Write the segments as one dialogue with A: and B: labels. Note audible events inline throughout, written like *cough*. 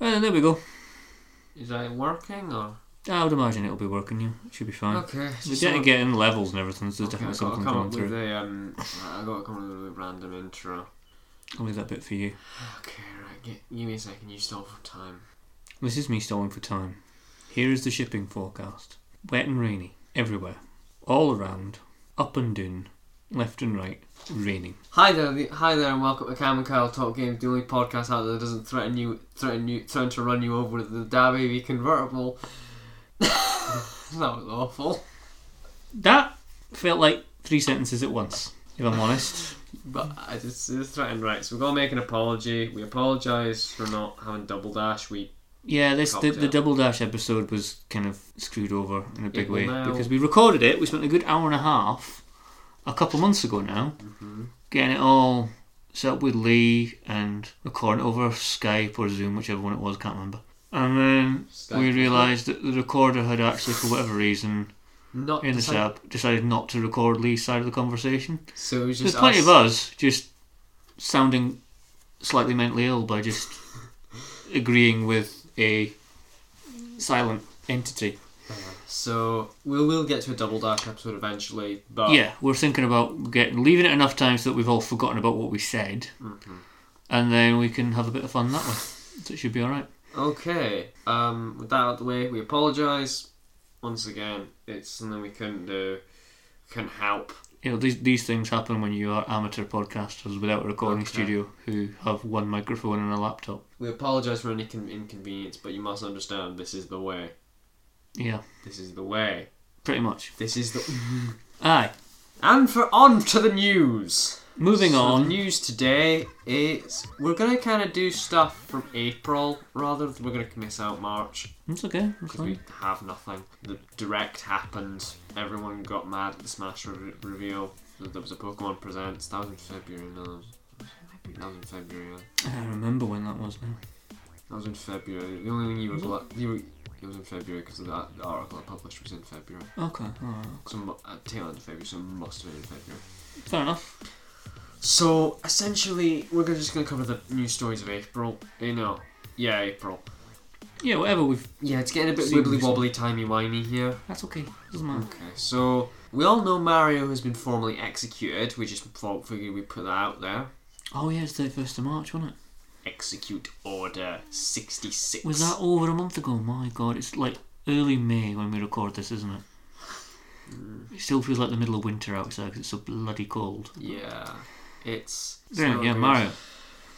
A: Yeah, there we go. Ah,
B: Is that working or?
A: I would imagine it'll be working. Yeah, it should be fine.
B: Okay.
A: They're
B: just
A: getting,
B: someone-
A: getting levels and everything, so there's
B: Okay, I've
A: definitely something
B: got to come
A: coming
B: up with
A: through.
B: a um, I've got to come up with a random intro.
A: I'll leave that bit for you.
B: Okay, right. Get, give me a second. You stall for time.
A: This is me stalling for time. Here is the shipping forecast. Wet and rainy, everywhere. All around, up and down, left and right, raining.
B: Hi there, the, hi there, and welcome to Cam and Kyle Talk Games, the only podcast out there that doesn't threaten you, threaten you, threaten to run you over with the Dabby convertible. *laughs* that was awful.
A: That felt like three sentences at once, if I'm honest.
B: But I just it's threatened, right? So we're gonna make an apology. We apologise for not having double dash. We
A: Yeah, this the, the
B: Cocktail.
A: double dash episode was kind of screwed over in a big
B: It
A: way
B: will now-
A: because we recorded it. We spent a good hour and a half a couple months ago now getting it all set up with Lee and recording it over Skype or Zoom, whichever one it was. Can't remember. And then we realised that the recorder had actually, for whatever reason,
B: not
A: in the setup, decided not to record Lee's side of the conversation.
B: So it was
A: There's
B: just
A: plenty
B: us.
A: of us just sounding slightly mentally ill by just agreeing with a silent entity.
B: So we will get to a double dash episode eventually, but
A: Yeah, we're thinking about getting leaving it enough time so that we've all forgotten about what we said,
B: Mm-hmm.
A: and then we can have a bit of fun that way. So it should be all right.
B: Okay. Um, with that out of the way, we apologise once again. It's something we couldn't do, couldn't help.
A: You know, these these things happen when you are amateur podcasters without a recording
B: Okay.
A: studio who have one microphone and a laptop.
B: We apologise for any con- inconvenience, but you must understand this is the way.
A: Yeah,
B: This is the way.
A: pretty much.
B: This is the.
A: Aye.
B: And for on to the news.
A: Moving
B: So The
A: on.
B: news today is we're gonna kind of do stuff from April rather than we're gonna miss out March.
A: It's okay. It's
B: because we
A: fine.
B: have nothing. The direct happened. Everyone got mad at the Smash re- reveal. There was a Pokemon Presents. That was in February. No, that was, that was in February. yeah.
A: I remember when that was now.
B: That was in February. The only thing you were, gla- you were it was in February because the the article I published was in February.
A: Okay. alright.
B: So mu- uh, tail end of February, so it must have been in February.
A: Fair enough.
B: So essentially, we're gonna- just going to cover the news stories of April. You know, yeah, April.
A: Yeah, whatever. We've.
B: Yeah, it's getting a bit
A: Seems-
B: wibbly wobbly, timey wimey here.
A: That's okay. Doesn't matter.
B: Okay, so we all know Mario has been formally executed. We just thought figured we put that out there.
A: Oh yeah, it's the first of March, wasn't it?
B: Execute Order 66.
A: Was that over a month ago? My God, it's like early May when we record this, isn't it?
B: Mm,
A: It still feels like the middle of winter outside because it's so bloody cold.
B: Yeah, it's.
A: Yeah,
B: so
A: yeah,
B: good.
A: Mario.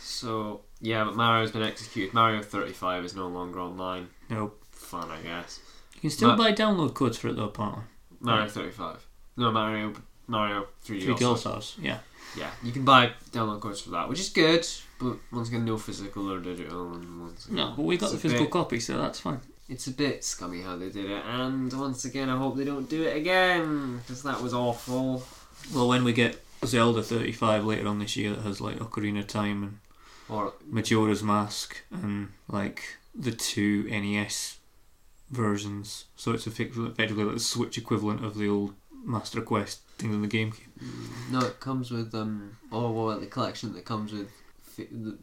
B: So, yeah, but Mario's been executed. Mario 35 is no longer online.
A: Nope.
B: Fun, I guess.
A: You can still
B: Ma-
A: buy download codes for it though, apparently.
B: Mario 35. No, Mario Mario 3D.
A: Three
B: also.
A: All Stars. Yeah.
B: Yeah, you can buy download codes for that, which is good, but once again, no physical or digital. And once again,
A: No, but we got
B: it's
A: the
B: a
A: physical
B: bit-
A: copy, so that's fine.
B: It's a bit scummy how they did it, and once again, I hope they don't do it again because that was awful.
A: Well, when we get Zelda 35 later on this year, that has like Ocarina of Time and
B: Or
A: Majora's Mask and like the two NES versions. So it's effect- effectively like the Switch equivalent of the old Master Quest thing in the GameCube.
B: mm, no, it comes with um. Oh, well, the collection that comes with fa- the,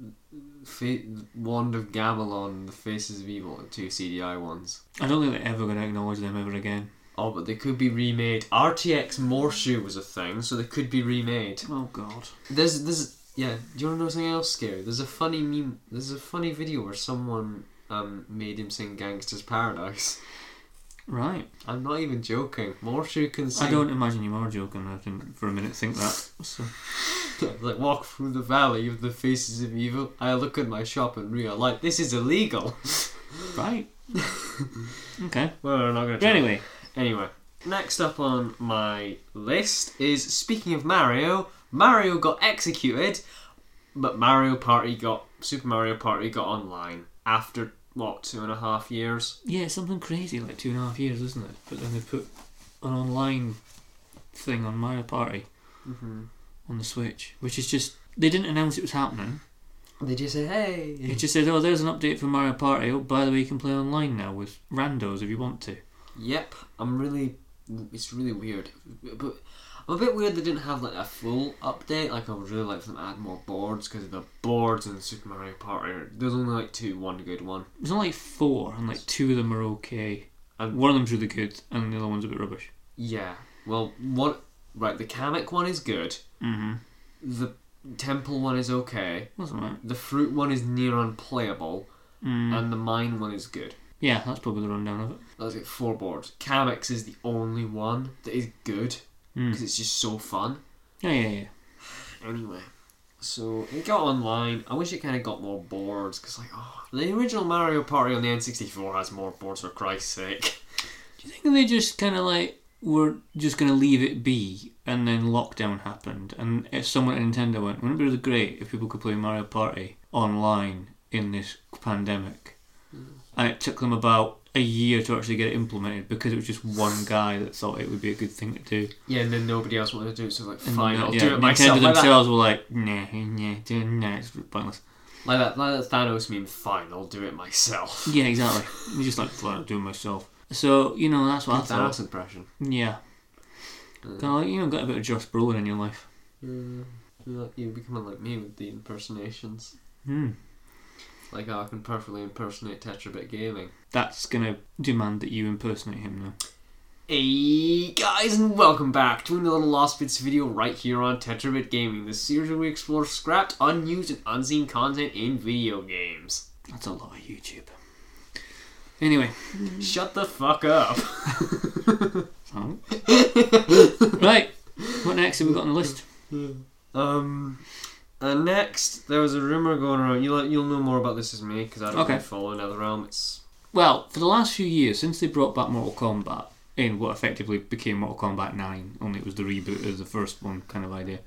B: fa- the Wand of Gamelon, the Faces of Evil, the two CDI ones.
A: I don't think they're ever going to acknowledge them ever again.
B: Oh, but they could be remade. RTX Morshu was a thing, so they could be remade.
A: Oh God!
B: There's there's yeah. Do you want to know something else scary? There's a funny meme. There's a funny video where someone um made him sing "Gangster's Paradise." *laughs*
A: Right.
B: I'm not even joking. Morshu can sing.
A: I don't imagine you are joking. I didn't for a minute think that. So
B: *laughs* like walk through the valley of the faces of evil. I look at my shop and realize this is illegal. *laughs*
A: right. okay.
B: well, we're not gonna.
A: But anyway,
B: Anyway, next up on my list is speaking of Mario, Mario got executed, but Mario Party got Super Mario Party got online after what two and a half years.
A: yeah, something crazy like two and a half years, isn't it? But then they put an online thing on Mario Party
B: Mm-hmm.
A: on the Switch, which is just they didn't announce it was happening.
B: They just say
A: It
B: *laughs* hey.
A: just says, "Oh, there's an update for Mario Party. Oh, by the way, you can play online now with randos if you want to."
B: Yep, I'm really. It's really weird, but I'm a bit weird they didn't have like a full update. Like I would really like for them to add more boards because the boards in Super Mario Party are- there's only like two, one good one.
A: There's only like four, and like two of them are okay.
B: And-
A: one of them's really good, and the other one's a bit rubbish.
B: Yeah. Well, one right the Kamek one is good.
A: Mm-hmm.
B: The Temple one is okay.
A: Wasn't that?
B: The Fruit one is near unplayable,
A: Mm.
B: and the Mine one is good.
A: yeah, that's probably the rundown of it.
B: That's like four boards. Kamex is the only one that is good
A: Mm.
B: because it's just so fun.
A: Yeah, yeah, yeah.
B: Anyway, so it got online. I wish it kind of got more boards because, like, oh, the original Mario Party on the N64 has more boards for Christ's sake.
A: Do you think they just kind of like were just going to leave it be, and then lockdown happened, and if someone at Nintendo went, wouldn't it be really great if people could play Mario Party online in this pandemic?
B: Mm.
A: And it took them about a year to actually get it implemented because it was just one guy that thought it would be a good thing to do.
B: Yeah, and then nobody else wanted to do it, so like,
A: And
B: fine,
A: uh,
B: I'll
A: yeah,
B: do it
A: Nintendo
B: myself. Like that,
A: themselves were like, nah, nah, dude, nah, it's pointless.
B: like that, like that Thanos meme. Fine, I'll do it myself.
A: Yeah, exactly. *laughs* It's just like, fine, I'll do it myself. So, you know, that's what I
B: Good
A: thought.
B: Thanos impression.
A: Yeah. Kind of like, you know, got a bit of Josh Brolin in your life.
B: Yeah, you're, like, you're becoming like me with the impersonations.
A: Hmm.
B: Like, oh, I can perfectly impersonate Tetrabit Gaming.
A: That's gonna demand that you impersonate him now.
B: Hey guys, and welcome back to another Lost Bits video right here on Tetrabit Gaming, the series where we explore scrapped, unused, and unseen content in video games.
A: That's a lot of YouTube. Anyway,
B: Shut the fuck up.
A: so- right. What next have we got on the list?
B: Um, and next, there was a rumor going around. You'll, you'll know more about this as me, because I don't
A: Okay.
B: really follow another realm. It's.
A: Well, for the last few years since they brought back Mortal Kombat in what effectively became Mortal Kombat Nine, only it was the reboot of the first one kind of idea.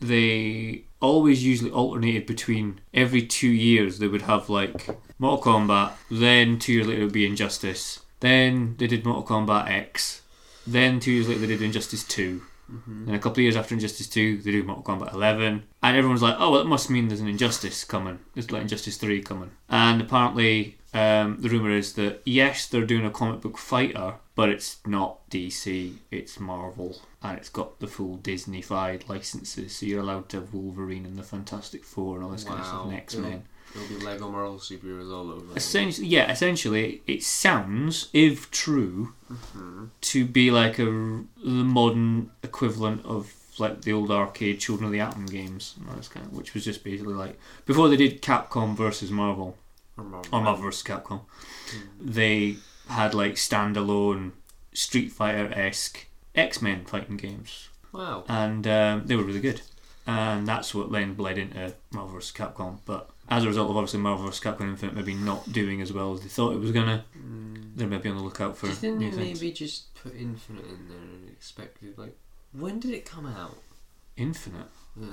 A: They always usually alternated between every two years they would have like Mortal Kombat, then two years later it would be Injustice, then they did Mortal Kombat X, then two years later they did Injustice Two. And a couple of years after Injustice 2, they do Mortal Kombat 11. And everyone's like, oh, well, it must mean there's an Injustice coming. There's like Injustice 3 coming. And apparently, um, the rumour is that, yes, they're doing a comic book fighter, but it's not DC, it's Marvel. And it's got the full Disney-fied licenses, so you're allowed to have Wolverine and the Fantastic Four and all this kind of stuff
B: Wow.
A: and X-Men.
B: It'll be Lego Marvel superheroes all over.
A: Essentially, yeah, essentially, it sounds, if true, to be like a the modern equivalent of like the old arcade Children of the Atom games, and all this kind of, which was just basically like before they did Capcom versus Marvel
B: Or Marvel. Hmm.
A: or Marvel versus Capcom, they had like standalone Street Fighter esque X Men fighting games,
B: Wow.
A: and um, they were really good. And that's what then bled into Marvel vs. Capcom. But as a result of obviously Marvel vs. Capcom Infinite maybe not doing as well as they thought it was gonna, they're maybe on the lookout for
B: Hmm. Do you think
A: new
B: they
A: things.
B: maybe just put Infinite in there and expected, like, when did it come out?
A: Infinite
B: Yeah.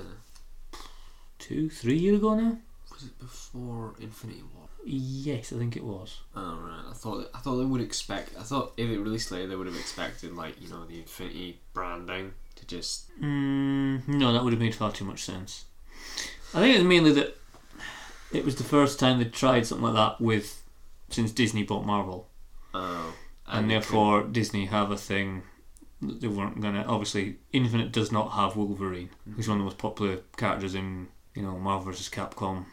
A: two, three years ago now.
B: Was it before Infinity War?
A: Yes, I think it was.
B: Oh right, I thought I thought they would expect. I thought if it released later, they would have expected like you know the Infinity branding to just.
A: Mm, no, that would have made far too much sense. I think it was mainly that it was the first time they tried something like that with since Disney bought Marvel.
B: Oh,
A: and therefore Disney have a thing that they weren't gonna. Obviously, Infinite does not have Wolverine,
B: Mm-hmm.
A: who's one of the most popular characters in you know Marvel vs. Capcom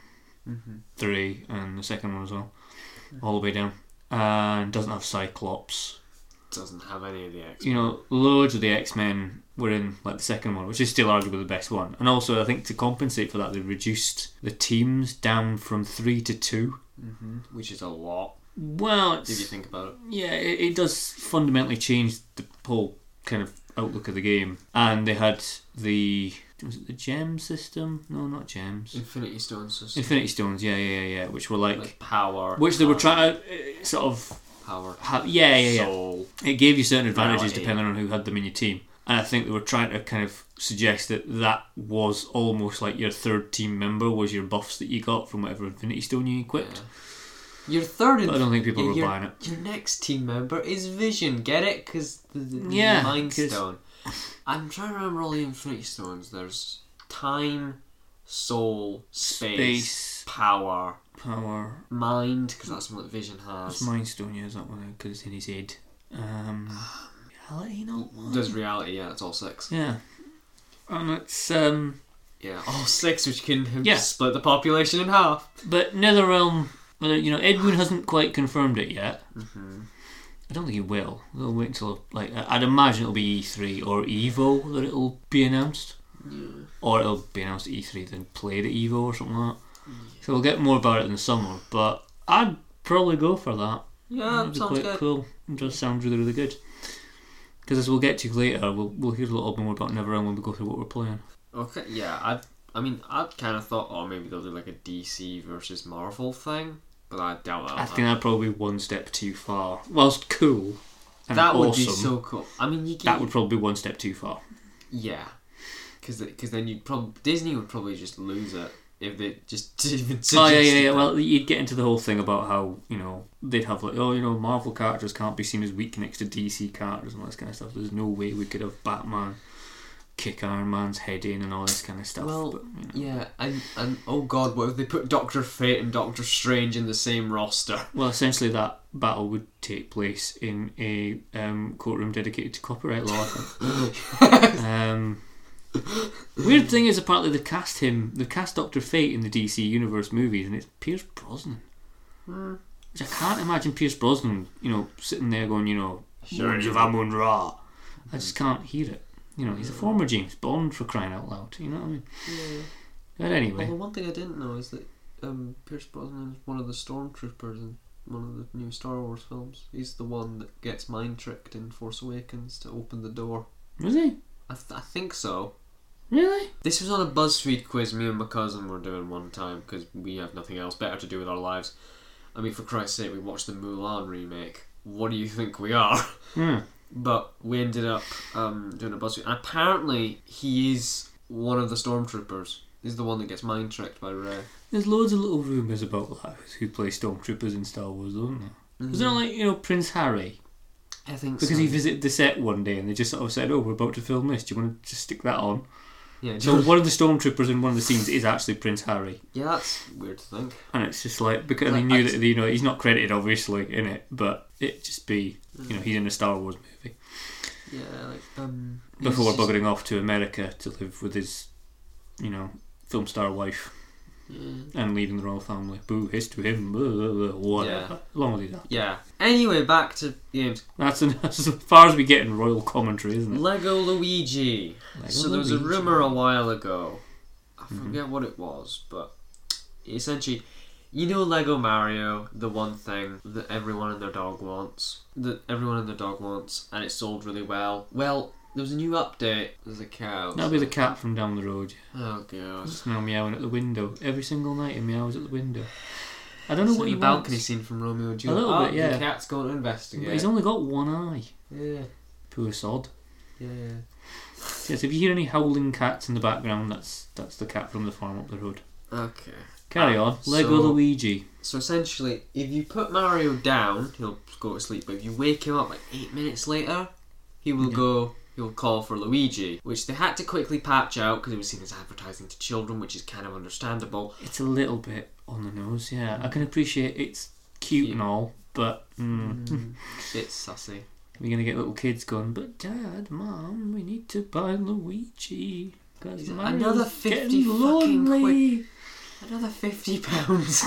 B: Mm-hmm.
A: three and the second one as well, all the way down, and doesn't have Cyclops.
B: Doesn't have any of the X.
A: You know, loads of the X Men were in like the second one, which is still arguably the best one. And also, I think to compensate for that, they reduced the teams down from three to two.
B: hmm which is a lot
A: Well, it's,
B: if you think about it.
A: Yeah, it, it does fundamentally change the whole kind of outlook of the game. And they had the was it the gem system? No, not gems.
B: Infinity Stone system,
A: Infinity Stones. Yeah, yeah, yeah, yeah. Which were like,
B: like power,
A: which they were trying
B: time,
A: to uh, sort of.
B: power,
A: Have, yeah, yeah, yeah.
B: soul.
A: It gave you certain advantages
B: Morality.
A: depending on who had them in your team. And I think they were trying to kind of suggest that that was almost like your third team member was your buffs that you got from whatever Infinity Stone you equipped.
B: Yeah. Your third.
A: But I don't think people were
B: your,
A: buying it.
B: Your next team member is Vision. Get it? Because the, the
A: Yeah,
B: Mind
A: 'cause-
B: Stone. I'm trying to remember all the Infinity Stones. There's time, soul, space,
A: Space,
B: power,
A: power,
B: mind. Because that's what Vision
A: It's
B: has.
A: Mind Stone, yeah, is that one? Because it's in his head. Um, reality, not one.
B: Does reality? Yeah, that's all six.
A: Yeah. And it's um
B: Yeah, all six, which can have
A: Yeah.
B: split the population in half.
A: but Netherrealm well, you know, Edwin hasn't quite confirmed it yet. I don't think he will. They'll wait until like I- I'd imagine it'll be E three or Evo that it'll be announced.
B: Mm-hmm.
A: Or it'll be announced at E three then played at Evo or something like that. So we'll get more about it in the summer, but I'd probably go for that.
B: Yeah,
A: That'd
B: that
A: be
B: Oh, sounds
A: quite
B: good.
A: cool. It does sound really, really good. Because as we'll get to later, we'll, we'll hear a little bit more about Neverend when we go through what we're playing.
B: Okay, yeah, I, I mean, I kind of thought, oh, maybe they'll do like a DC versus Marvel thing, but I doubt that'll
A: I
B: happen.
A: think that'd probably be one step too far. Whilst cool and
B: that would
A: awesome,
B: be so cool. I mean, you can,
A: that would probably be one step too far.
B: yeah, because then you probably Disney would probably just lose it if they just *laughs* didn't even.
A: Oh yeah, yeah,
B: suggested
A: yeah.
B: that.
A: Well, you'd get into the whole thing about how you know they'd have like, oh, you know, Marvel characters can't be seen as weak next to DC characters and all this kind of stuff. There's no way we could have Batman kick Iron Man's head in and all this kind of stuff.
B: Well,
A: but, you know.
B: yeah, and and oh god, what if they put Doctor Fate and Doctor Strange in the same roster?
A: Well, essentially, that battle would take place in a um, courtroom dedicated to copyright law. I think. um, weird thing is, apparently, they cast him, they cast Doctor Fate in the DC Universe movies, and it's Pierce Brosnan. Which I can't imagine Pierce Brosnan, you know, sitting there going, you know,
B: Sure,
A: "Lords
B: you
A: of Amun Ra. I just can't hear it. You know, he's a former James Bond for crying out loud. You know what I mean? But anyway,
B: Although one thing I didn't know is that um, Pierce Brosnan is one of the stormtroopers in one of the new Star Wars films. He's the one that gets mind tricked in Force Awakens to open the door.
A: was he
B: I, th- I think so.
A: really?
B: This was on a BuzzFeed quiz me and my cousin were doing one time because we have nothing else better to do with our lives. I mean, for Christ's sake, we watched the Mulan remake. What do you think we are? *laughs*
A: Hmm.
B: But we ended up um, doing a BuzzFeed. And apparently, he is one of the stormtroopers. He's the one that gets mind tricked by Rey.
A: There's loads of little rumours about that who play stormtroopers in Star Wars, don't there? Is there
B: Mm.
A: not like, you know, Prince Harry?
B: I think
A: Because
B: so.
A: he visited the set one day and they just sort of said, Oh, we're about to film this, do you want to just stick that on?
B: Yeah,
A: So one of the stormtroopers in one of the scenes is actually Prince Harry.
B: *laughs* yeah, that's weird to think.
A: And it's just like because they
B: Like,
A: knew
B: I-
A: that you know, he's not credited obviously in it, but it just be you know,
B: Mm.
A: he's in a Star Wars movie.
B: Yeah, like um.
A: Before
B: he's
A: buggering off to America to live with his, you know, film star wife
B: just-
A: and leaving the royal family. Boo hiss to him, blah, blah, blah, whatever. Along with that.
B: Yeah. Anyway, back to games.
A: That's, an, *laughs* that's as far as we get in royal commentary, isn't it?
B: Lego Luigi.
A: Lego
B: so there was a
A: Luigi. Mm-hmm.
B: rumor a while ago. I forget what it was, but essentially, you know, Lego Mario, the one thing that everyone and their dog wants, that everyone and their dog wants, and it sold really well. Well, there was a new update. There's a cow.
A: That'll be the cat from down the road.
B: Oh god.
A: Just now meowing at the window every single night. He meows at the window. I don't know
B: It's
A: what he
B: in the balcony
A: wants.
B: scene from Romeo and Juliet.
A: little
B: Oh,
A: bit, yeah.
B: The cat's going to
A: But
B: investigate.
A: He's only got one eye.
B: yeah.
A: Poor sod.
B: Yeah, yeah.
A: Yes, if you hear any howling cats in the background, that's that's the cat from the farm up the road.
B: Okay.
A: Carry on. Lego
B: Ah, So-
A: Luigi.
B: So essentially, if you put Mario down, he'll go to sleep. But if you wake him up like eight minutes later, he will go. He'll call for Luigi, which they had to quickly patch out because it was seen as advertising to children, which is kind of understandable.
A: It's a little bit on the nose. Yeah, I can appreciate it's cute and all, but mm,
B: It's sussy.
A: we're gonna get little kids going. But dad, mom, we need to buy Luigi. 'cause
B: Is it
A: Mario's
B: another 50
A: getting
B: fucking quid?
A: lonely."
B: Another fifty pounds.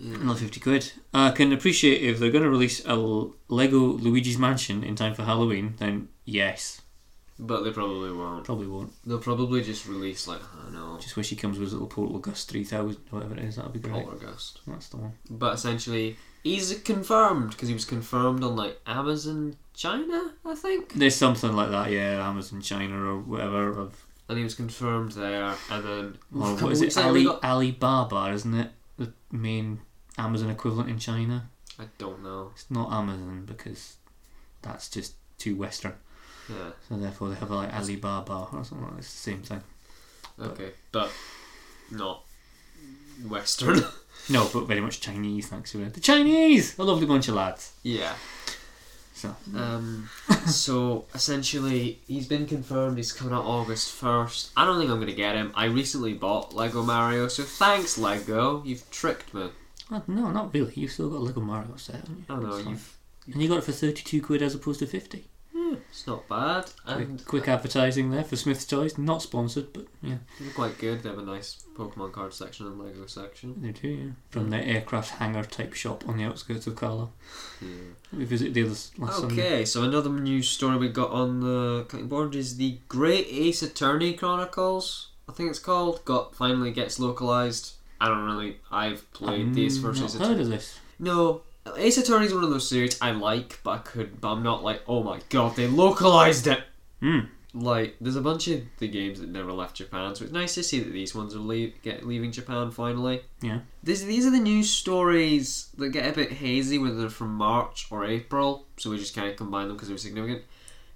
A: Another 50 quid. I can appreciate if they're going to release a L- Lego Luigi's Mansion in time for Halloween, then yes,
B: *laughs* but they probably won't.
A: probably won't.
B: They'll probably just release like I don't know,
A: Just wish he comes with his little Portal Gust 3000, whatever it is, that'd be great.
B: Poltergeist.
A: That's the one.
B: But essentially, he's confirmed because he was confirmed on like Amazon China, I think.
A: There's something like that, yeah, Amazon China or whatever. Of,
B: and he was confirmed there. And then oh,
A: or
B: a couple
A: what is it?
B: weeks later we
A: Ali,
B: got-
A: Alibaba, isn't it? The main Amazon equivalent in China.
B: I don't know.
A: It's not Amazon because that's just too Western.
B: Yeah.
A: So therefore they have like Alibaba or something like that. It's the same thing.
B: Okay, but not Western. *laughs*
A: No, but very much Chinese, thanks to it. The Chinese! A lovely bunch of lads.
B: yeah.
A: So, uh,
B: Um. so essentially, he's been confirmed. He's coming out August first. I don't think I'm gonna get him. I recently bought Lego Mario, so thanks Lego. You've tricked me.
A: well, no, not really. You've still got a Lego Mario set, haven't you?
B: I don't know.
A: It's fine.
B: You've
A: And you got it for 32 quid as opposed to 50.
B: yeah,
A: Yeah.
B: It's not bad, and uh,
A: Quick, quick advertising there for Smith's Toys. Not sponsored, but yeah,
B: they're quite good. They have a nice Pokemon card section and Lego section.
A: they do. Yeah. From their aircraft hangar type shop on the outskirts of Carlo. We visited the others last Sunday.
B: Okay, so another news story we got on the cutting board is the Great Ace Attorney Chronicles. I think it's called. Got finally gets localized. I don't really. I've played
A: I've
B: these first
A: Mm, not
B: Ace
A: heard
B: Attorney.
A: of this.
B: No, Ace Attorney is one of those series I like, but I could. But I'm not like, oh my god, they localized it.
A: Hmm.
B: Like, there's a bunch of the games that never left Japan, so it's nice to see that these ones are leave, get leaving Japan finally.
A: Yeah.
B: These these are the news stories that get a bit hazy whether they're from March or April, so we just kind of combine them because they were significant.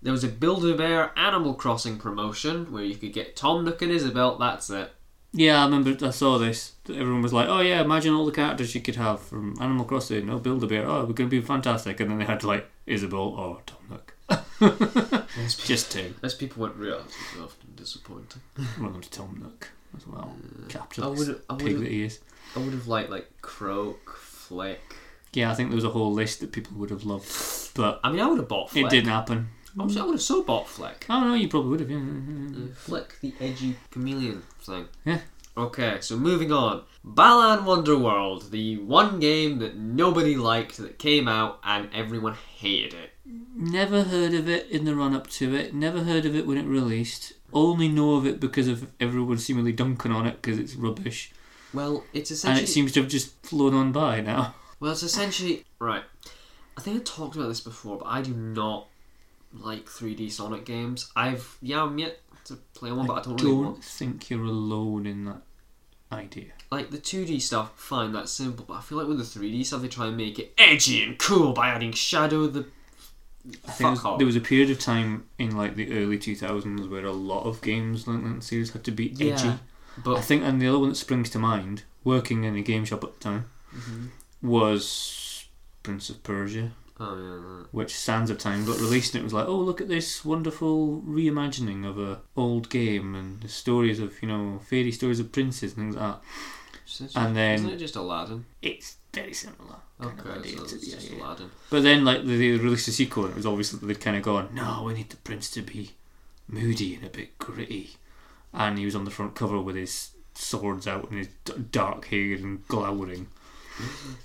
B: There was a Build-A-Bear Animal Crossing promotion where you could get Tom Nook and Isabel. That's it.
A: Yeah, I remember I saw this. Everyone was like, "Oh yeah, imagine all the characters you could have from Animal Crossing. No Build a Bear. Oh, we're going to be fantastic." And then they had like Isabel or Tom Nook.
B: *laughs*
A: Just two.
B: As people went real, it's often disappointing.
A: I want them to Tom Nook as well.
B: Uh, I
A: Capitalist
B: would I
A: pig that
B: would
A: he is.
B: I would have liked like Croak, Flick.
A: Yeah, I think there was a whole list that people would have loved, but
B: I mean, I would have bought Flick.
A: it didn't happen.
B: Obviously, I would have so bought Flick.
A: Oh no, you probably would have. Yeah, yeah, yeah.
B: Uh, Flick, the edgy chameleon thing.
A: Yeah.
B: Okay, so moving on. Balan Wonderworld, the one game that nobody liked that came out and everyone hated it.
A: Never heard of it in the run up to it. Never heard of it when it released. Only know of it because of everyone seemingly dunking on it because it's rubbish,
B: Well, it's
A: and
B: essentially
A: it seems to have just flown on by now.
B: well, it's essentially right. I think I talked about this before, but I do not like 3D Sonic games. I've yeah, I'm yet to play one, but I don't really want
A: think you're alone in that idea.
B: like the 2D stuff, fine, that's simple. But I feel like with the 3D stuff, they try and make it edgy and cool by adding shadow. The
A: I
B: Fuck
A: think there's-
B: off.
A: there was a period of time in like the early 2000s where a lot of games like that in the series had to be edgy.
B: Yeah,
A: I
B: but
A: think, and the other one that springs to mind, working in a game shop at the time,
B: mm-hmm.
A: was Prince of Persia,
B: oh yeah, that-
A: which Sands of Time got released, and it was like, oh, look at this wonderful reimagining of a old game and the stories of you know fairy stories of princes and things like that.
B: Isn't it-
A: And then-
B: isn't it just Aladdin?
A: It's very similar. kind of
B: Okay,
A: idea
B: so it's
A: to the-
B: just
A: yeah, yeah.
B: Aladdin.
A: But then, like, they- they released a sequel, and it was obvious that they'd kind of gone, no, we need the prince to be moody and a bit gritty. And he was on the front cover with his swords out and his d- dark hair and glowering.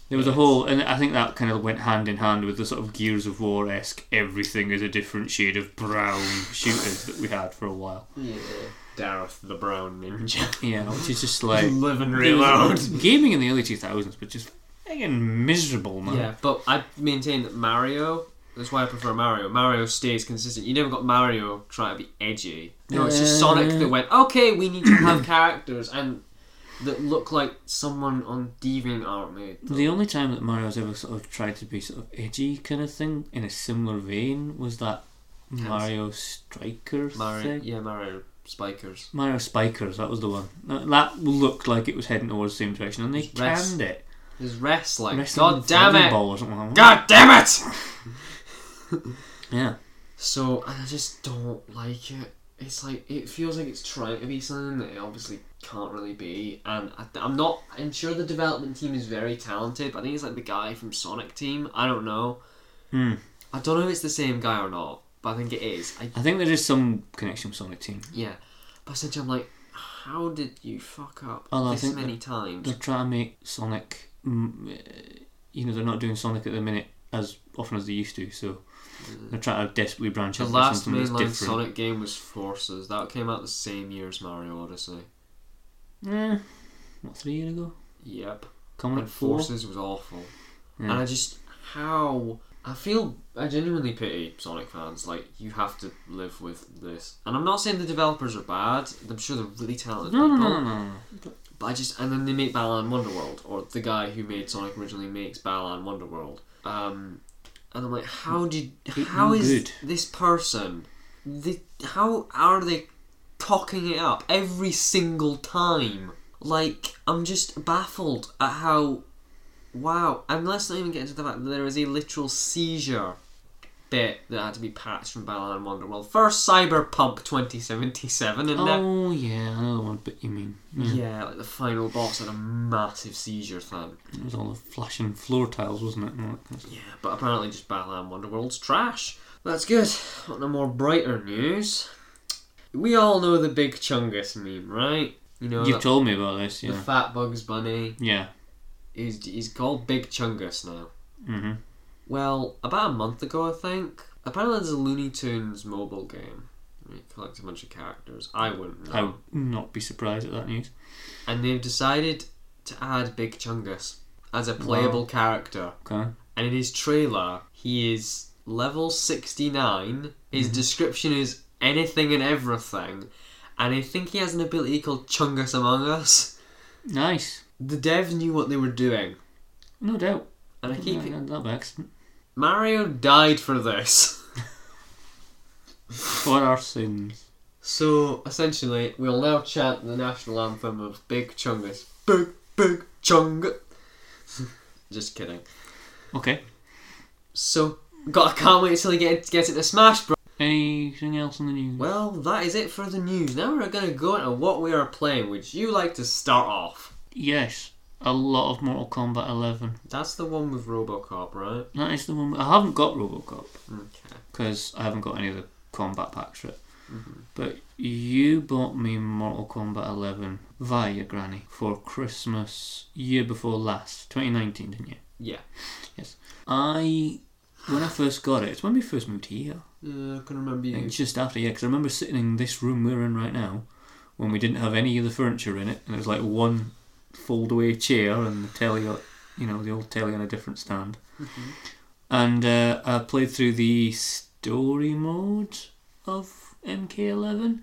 A: There was a whole, and I think that kind of went hand in hand with the sort of Gears of War esque everything is a different shade of brown shooters that we had for a while.
B: Yeah. Dareth the Brown Ninja.
A: Yeah, which is just *laughs* like.
B: *laughs* Live and reload.
A: Gaming in the early 2000s was just friggin' miserable, man.
B: Yeah, but I maintain that Mario. That's why I prefer Mario. Mario stays consistent. You never got Mario trying to be edgy. No, it's just Sonic that went, okay, we need to have characters and that look like someone on DeviantArt made.
A: The only time that Mario's ever sort of tried to be sort of edgy kind of thing in a similar vein was that Mario Strikers
B: Mario,
A: thing.
B: yeah, Mario Spikers.
A: Mario Spikers, that was the one. That, that looked like it was heading towards the same direction, and they
B: Rest-
A: canned it.
B: His wrestling.
A: Wrestling
B: God
A: with
B: damn it!
A: volleyball Or something like that.
B: God damn it!
A: Yeah,
B: So and I just don't like it. It's like it feels like it's trying to be something that it obviously can't really be. And I, I'm not. I'm sure the development team is very talented, but I think it's like the guy from Sonic Team. I don't know.
A: Hmm.
B: I don't know if it's the same guy or not, but I think it is. I
A: I think there is some connection with Sonic Team.
B: yeah. But essentially, I'm like, how did you fuck up
A: Well, Oh, I
B: this
A: think
B: many times?
A: They're trying to make Sonic. mm, eh, You know, they're not doing Sonic at the minute as often as they used to, so they're trying to desperately branch
B: The
A: out into
B: last
A: something that's
B: mainline
A: different.
B: Sonic game was Forces. That came out the same year as Mario Odyssey.
A: Eh, what three years ago?
B: Yep.
A: Coming at
B: and
A: four.
B: Forces was awful.
A: Yeah.
B: And I just how I feel I genuinely pity Sonic fans. Like you have to live with this, and I'm not saying the developers are bad. I'm sure they're really talented
A: No, no,
B: people.
A: no, no, no. no.
B: But I just and then they make Balan Wonderworld, or the guy who made Sonic originally makes Balan Wonderworld. Um, and I'm like, how did
A: It
B: how
A: no
B: is
A: good.
B: this person? They, how are they cocking it up every single time? Like I'm just baffled at how. Wow, and let's not even get into the fact that there is a literal seizure bit that had to be patched from Balan Wonderworld. First, Cyberpunk 2077, and then
A: Oh yeah, I know the one bit you mean. Yeah.
B: yeah, like the final boss had a massive seizure thing.
A: It was all the flashing floor tiles, wasn't it? And all that kind of stuff.
B: Yeah, but apparently just Balan Wonderworld's trash. That's good. On the more brighter news, we all know the Big Chungus meme, right? You know,
A: You've
B: that-
A: told me about this,
B: the
A: yeah.
B: fat Bugs Bunny.
A: Yeah.
B: He's, he's called Big Chungus now.
A: hmm
B: Well, about a month ago, I think. Apparently, there's a Looney Tunes mobile game. where You collect a bunch of characters. I wouldn't know.
A: I would not be surprised at that news.
B: And they've decided to add Big Chungus as a playable character.
A: Okay.
B: And in his trailer, he is level 69. His description is anything and everything. And I think he has an ability called Chungus Among Us.
A: Nice.
B: The devs knew what they were doing.
A: No doubt.
B: And I
A: Yeah,
B: keep.
A: that, that by accident.
B: Mario died for this.
A: For our sins.
B: So essentially, we'll now chant the national anthem of Big Chungus. Big, big Chungus. *laughs* Just kidding.
A: Okay.
B: So, God, I can't wait till I get get into Smash Bros.
A: Anything else in the news?
B: Well, that is it for the news. Now we're going to go into what we are playing. Would you like to start off?
A: Yes. A lot of Mortal Kombat 11.
B: That's the one with RoboCop, right?
A: That is the one. I haven't got Robocop
B: Okay.
A: because I haven't got any of the combat packs for it. But you bought me Mortal Kombat 11 via your granny for Christmas year before last, 2019, didn't you?
B: Yeah.
A: I, when I first got it, it's when we first moved here.
B: Yeah, I Uh, can remember
A: I think
B: you.
A: it's just after, yeah, because I remember sitting in this room we're in right now when we didn't have any of the furniture in it, and it was like one fold away chair and the telly, o- you know, the old telly on a different stand. And uh, I played through the story mode of MK11,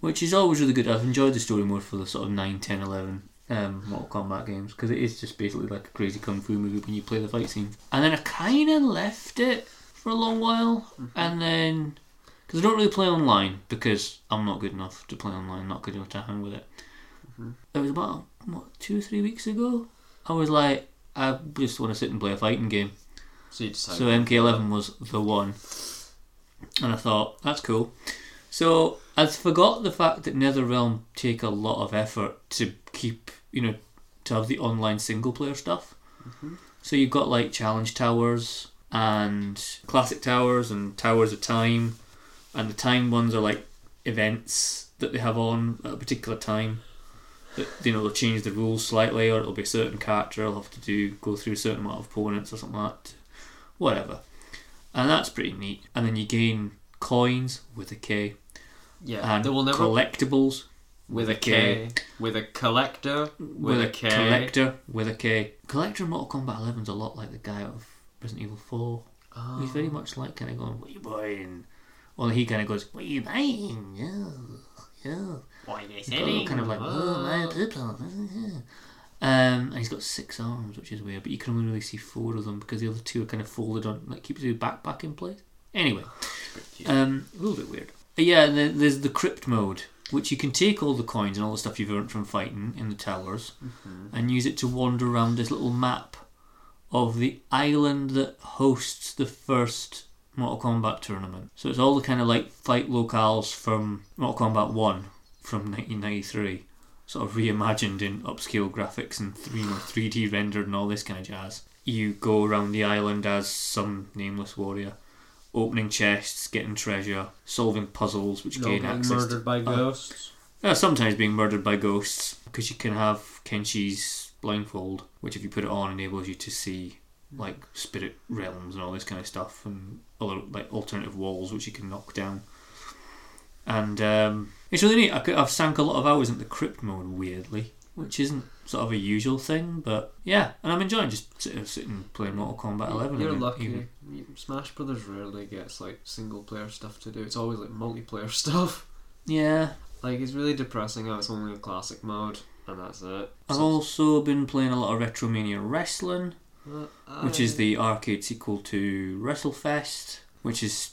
A: which is always really good. I've enjoyed the story mode for the sort of 9, 10, 11 um, Mortal Kombat games because it is just basically like a crazy kung fu movie when you play the fight scenes. And then I kind of left it for a long while, and then because I don't really play online because I'm not good enough to play online, not good enough to hang with it. It was about what two or three weeks ago. I was like, I just want to sit and play a fighting game.
B: So you decided.
A: So MK11 was the one, and I thought that's cool. So I forgot the fact that NetherRealm take a lot of effort to keep, you know, to have the online single player stuff. So you've got like challenge towers and classic towers and towers of time, and the time ones are like events that they have on at a particular time. That you know they'll change the rules slightly, or it'll be a certain character. I'll have to do go through a certain amount of opponents or something like that whatever. And that's pretty neat. And then you gain coins with a K
B: yeah,
A: and
B: they will never.
A: collectibles
B: with a K. With a collector. With, a K.
A: collector with a K. Collector in Mortal Kombat 11 is a lot like the guy out of Resident Evil 4.
B: Oh.
A: He's very much like kind of going, "What are you buying?" Only he kind of goes, "What are you buying?" Oh, oh.
B: Why they
A: He's got a little kind of like, "Oh, my people." Um, and he's got six arms, which is weird, but you can only really see four of them because the other two are kind of folded on, like keeps his backpack in place. Anyway, Um, a little bit weird. Uh, Yeah, and then there's the crypt mode, which you can take all the coins and all the stuff you've earned from fighting in the towers and use it to wander around this little map of the island that hosts the first Mortal Kombat tournament. So it's all the kind of like fight locales from Mortal Kombat 1 from 1993, sort of reimagined in upscale graphics and 3, you know, 3D rendered and all this kind of jazz. You go around the island as some nameless warrior opening chests, getting treasure, solving puzzles, which
B: No,
A: gain
B: being
A: access. oh,
B: murdered by ghosts.
A: Uh, sometimes being murdered by ghosts, because you can have Kenshi's blindfold, which if you put it on enables you to see like spirit realms and all this kind of stuff, and other like alternative walls which you can knock down. And um, it's really neat. I could, I've sank a lot of hours into crypt mode, weirdly, which isn't sort of a usual thing, but yeah. And I'm enjoying just sitting, sitting playing Mortal Kombat 11.
B: You're
A: even-
B: lucky.
A: even.
B: Smash Brothers rarely gets like single player stuff to do. It's always like multiplayer *laughs* stuff.
A: Yeah.
B: Like it's really depressing how it's only a classic mode and that's it.
A: I've also been playing a lot of Retromania Wrestling.
B: uh,
A: which
B: Um,
A: is the arcade sequel to WrestleFest, which is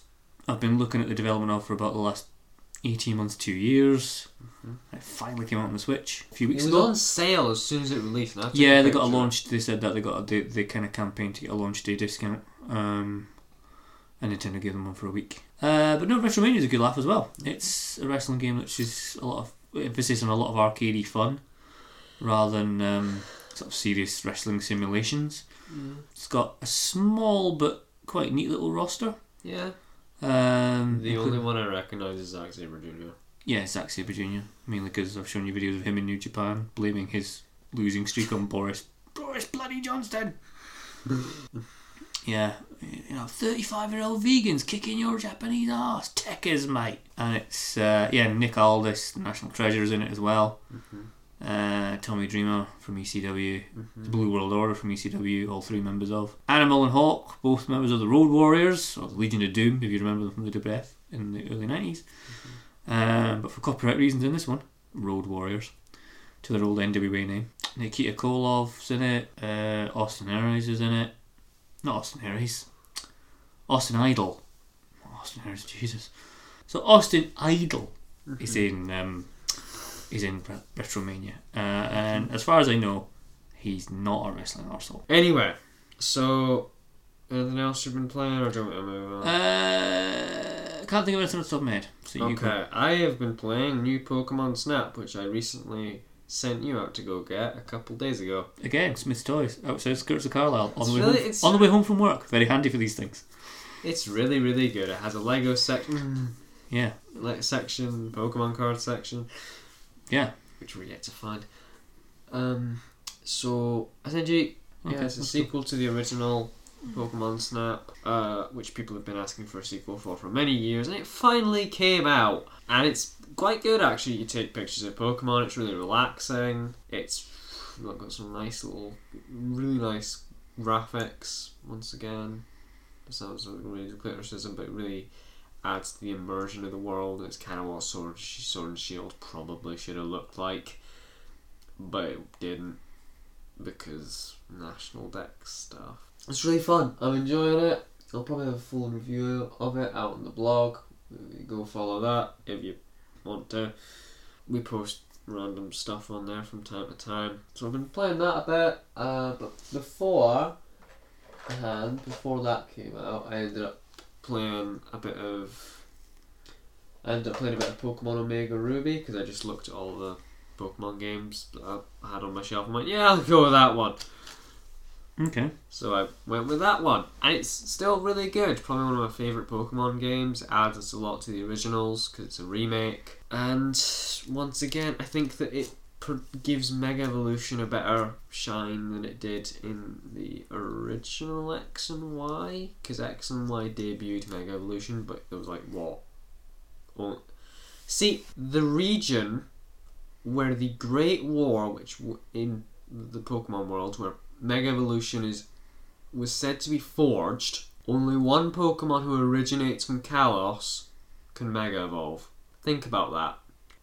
A: I've been looking at the development of for about the last eighteen months, two years. It finally came out on the Switch a few
B: Mm-hmm. it
A: weeks
B: was
A: ago.
B: on sale as soon as it released. And I took
A: Yeah, they got a
B: picture.
A: launch. They said that they got a, they, they kind of campaigned to get a launch day discount. Um, and Nintendo gave them one for a week. Uh, but no, WrestleMania is a good laugh as well.
B: Mm-hmm.
A: It's a wrestling game which is a lot of emphasis on a lot of arcadey fun rather than um, sort of serious wrestling simulations. It's got a small but quite neat little roster.
B: Yeah.
A: Um,
B: The
A: *laughs*
B: only one I recognise is Zack Sabre Jr.
A: Yeah, Zack Sabre Jr. Mainly because I've shown you videos of him in New Japan blaming his losing streak on Boris. Boris bloody Johnston! yeah, you know, 35 year old vegans kicking your Japanese ass. Tekkers, mate! And it's, uh, yeah, Nick Aldis, National Treasure, is in it as well.
B: Mm-hmm.
A: Uh, Tommy Dreamer from ECW, the Blue World Order from ECW, all three members of. Animal and Hawk, both members of the Road Warriors, or the Legion of Doom, if you remember them from the Debreth in the early 90s. Um, but for copyright reasons in this one, Road Warriors, to their old NWA name. Nikita Kolov's in it, uh, Austin Aries is in it. Not Austin Aries. Austin Idol. Austin Aries, Jesus. So Austin Idol
B: Mm-hmm.
A: is in um, is in Re- Retromania. Uh, and as far as I know, he's not a wrestling arsehole.
B: Anyway, so anything else you've been playing, or do you want me to move on?
A: Uh, can't think of anything off the top of my head. So you go.
B: Okay, I have been playing new Pokemon Snap, which I recently sent you out to go get a couple days ago.
A: Again, Smith's Toys, Oh, outside skirts of Carlisle, on
B: It's
A: the, way
B: really-
A: home,
B: it's-
A: on the way home from work. Very handy for these things.
B: It's really, really good. It has a Lego *clears throat* section,
A: Yeah,
B: like section, Pokemon card section,
A: yeah.
B: which we're yet to find. Um, so essentially,
A: Okay,
B: yeah, it's a
A: that's
B: sequel to the original Pokemon Snap, uh, which people have been asking for a sequel for for many years, and it finally came out, and it's quite good actually. You take pictures of Pokemon; it's really relaxing. It's like, got some nice little, really nice graphics. Once again, that sounds like really criticism, but it really adds to the immersion of the world. It's kind of what Sword, Sword and Shield probably should have looked like, but it didn't because national deck stuff. It's really fun. I'm enjoying it. I'll probably have a full review of it out on the blog. Go follow that if you want to. We post random stuff on there from time to time. So I've been playing that a bit, uh, but before and before that came out, I ended up playing a bit of. I ended up playing a bit of Pokemon Omega Ruby because I just looked at all the Pokemon games that I had on my shelf. I'm like, yeah, I'll go with that one.
A: Okay.
B: So I went with that one, and it's still really good. Probably one of my favourite Pokemon games. Adds a lot to the originals because it's a remake. And once again, I think that it pr- gives Mega Evolution a better shine than it did in the original X and Y. Because X and Y debuted Mega Evolution, but it was like what? Oh. See, the region where the Great War, which w- in the Pokemon world, where Mega Evolution is was said to be forged. Only one Pokemon who originates from Kalos can Mega Evolve. Think about that.